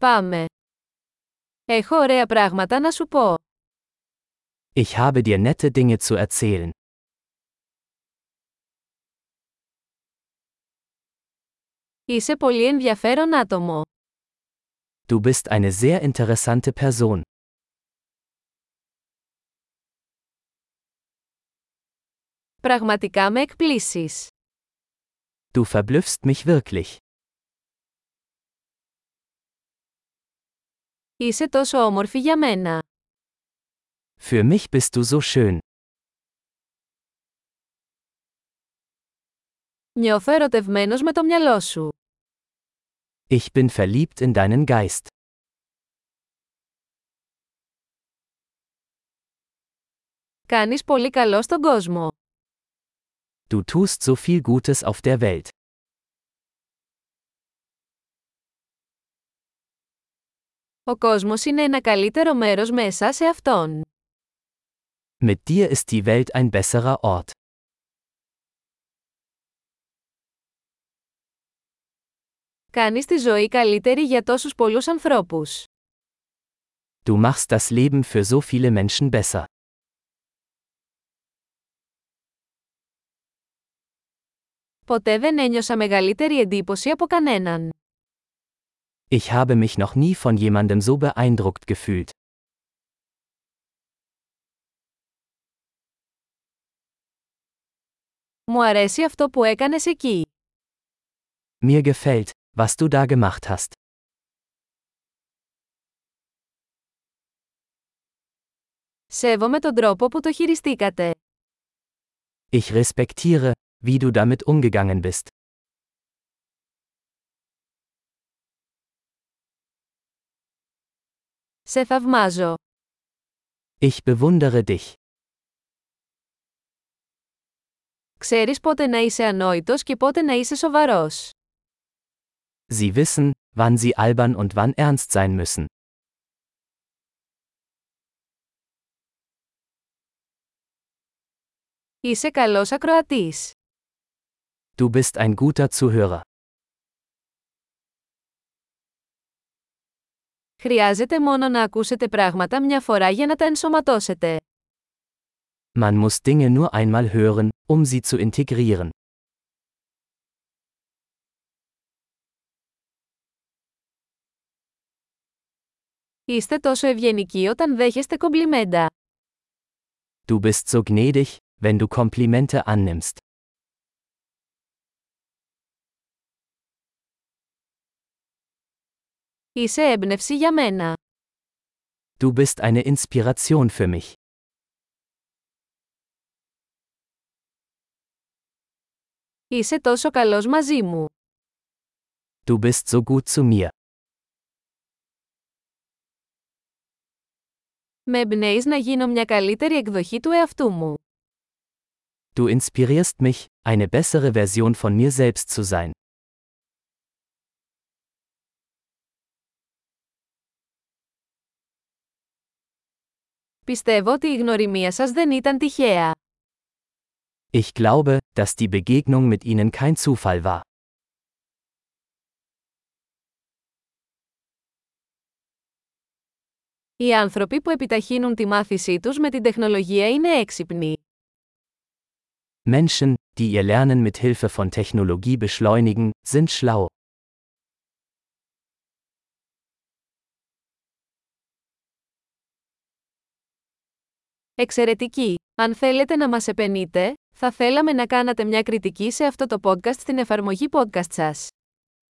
Πάμε. Έχω ωραία πράγματα να σου πω. Ich habe dir nette Dinge zu erzählen. Είσαι πολύ ενδιαφέρον άτομο. Du bist eine sehr interessante Person. Πραγματικά με εκπλήσεις. Du verblüffst mich wirklich. Είσαι τόσο όμορφη για μένα. Für mich bist du so schön. Νιώθω ερωτευμένος με το μυαλό σου. Ich bin verliebt in deinen Geist. Κάνεις πολύ καλό στον κόσμο. Du tust so viel Gutes auf der Welt. Ο κόσμος είναι ένα καλύτερο μέρος με εσάς εαυτόν. Mit dir ist die Welt ein besserer Ort. Κάνεις τη ζωή καλύτερη για τόσους πολλούς ανθρώπους. Du machst das Leben für so viele Menschen besser. Ποτέ δεν ένιωσα μεγαλύτερη εντύπωση από κανέναν. Ich habe mich noch nie von jemandem so beeindruckt gefühlt. Μου αρέσει αυτό που έκανες εκεί. Mir gefällt, was du da gemacht hast. Σέβομαι τον τρόπο που το χειριστήκατε. Ich respektiere, wie du damit umgegangen bist. Σε θαυμάζω. Ich bewundere dich. Ξέρεις πότε να είσαι ανόητος και πότε να είσαι σοβαρός. Sie wissen, wann sie albern und wann ernst sein müssen. Είσαι καλός ακροατής. Du bist ein guter Zuhörer. Χρειάζεται μόνο να ακούσετε πράγματα μια φορά για να τα ενσωματώσετε. Man muss Dinge nur einmal hören, um sie zu integrieren. Είστε τόσο ευγενικοί όταν δέχεστε κομπλιμέντα. Du bist so gnädig, wenn du Komplimente annimmst. Είσαι έμπνευση για μένα. Du bist eine Inspiration für mich. Είσαι τόσο καλός μαζί μου. Du bist so gut zu mir. Με εμπνέεις να γίνω μια καλύτερη εκδοχή του εαυτού μου. Du inspirierst mich, eine bessere Version von mir selbst zu sein. Πιστεύω ότι η γνωριμία σας δεν ήταν τυχαία. Ich glaube, dass die Begegnung mit ihnen kein Zufall war. Οι άνθρωποι που επιταχύνουν τη μάθησή τους με την τεχνολογία είναι έξυπνοι. Menschen, die ihr Lernen mit Hilfe von Technologie beschleunigen, sind schlau. Εξαιρετική! Αν θέλετε να μας επενείτε, θα θέλαμε να κάνατε μια κριτική σε αυτό το podcast στην εφαρμογή podcast σας.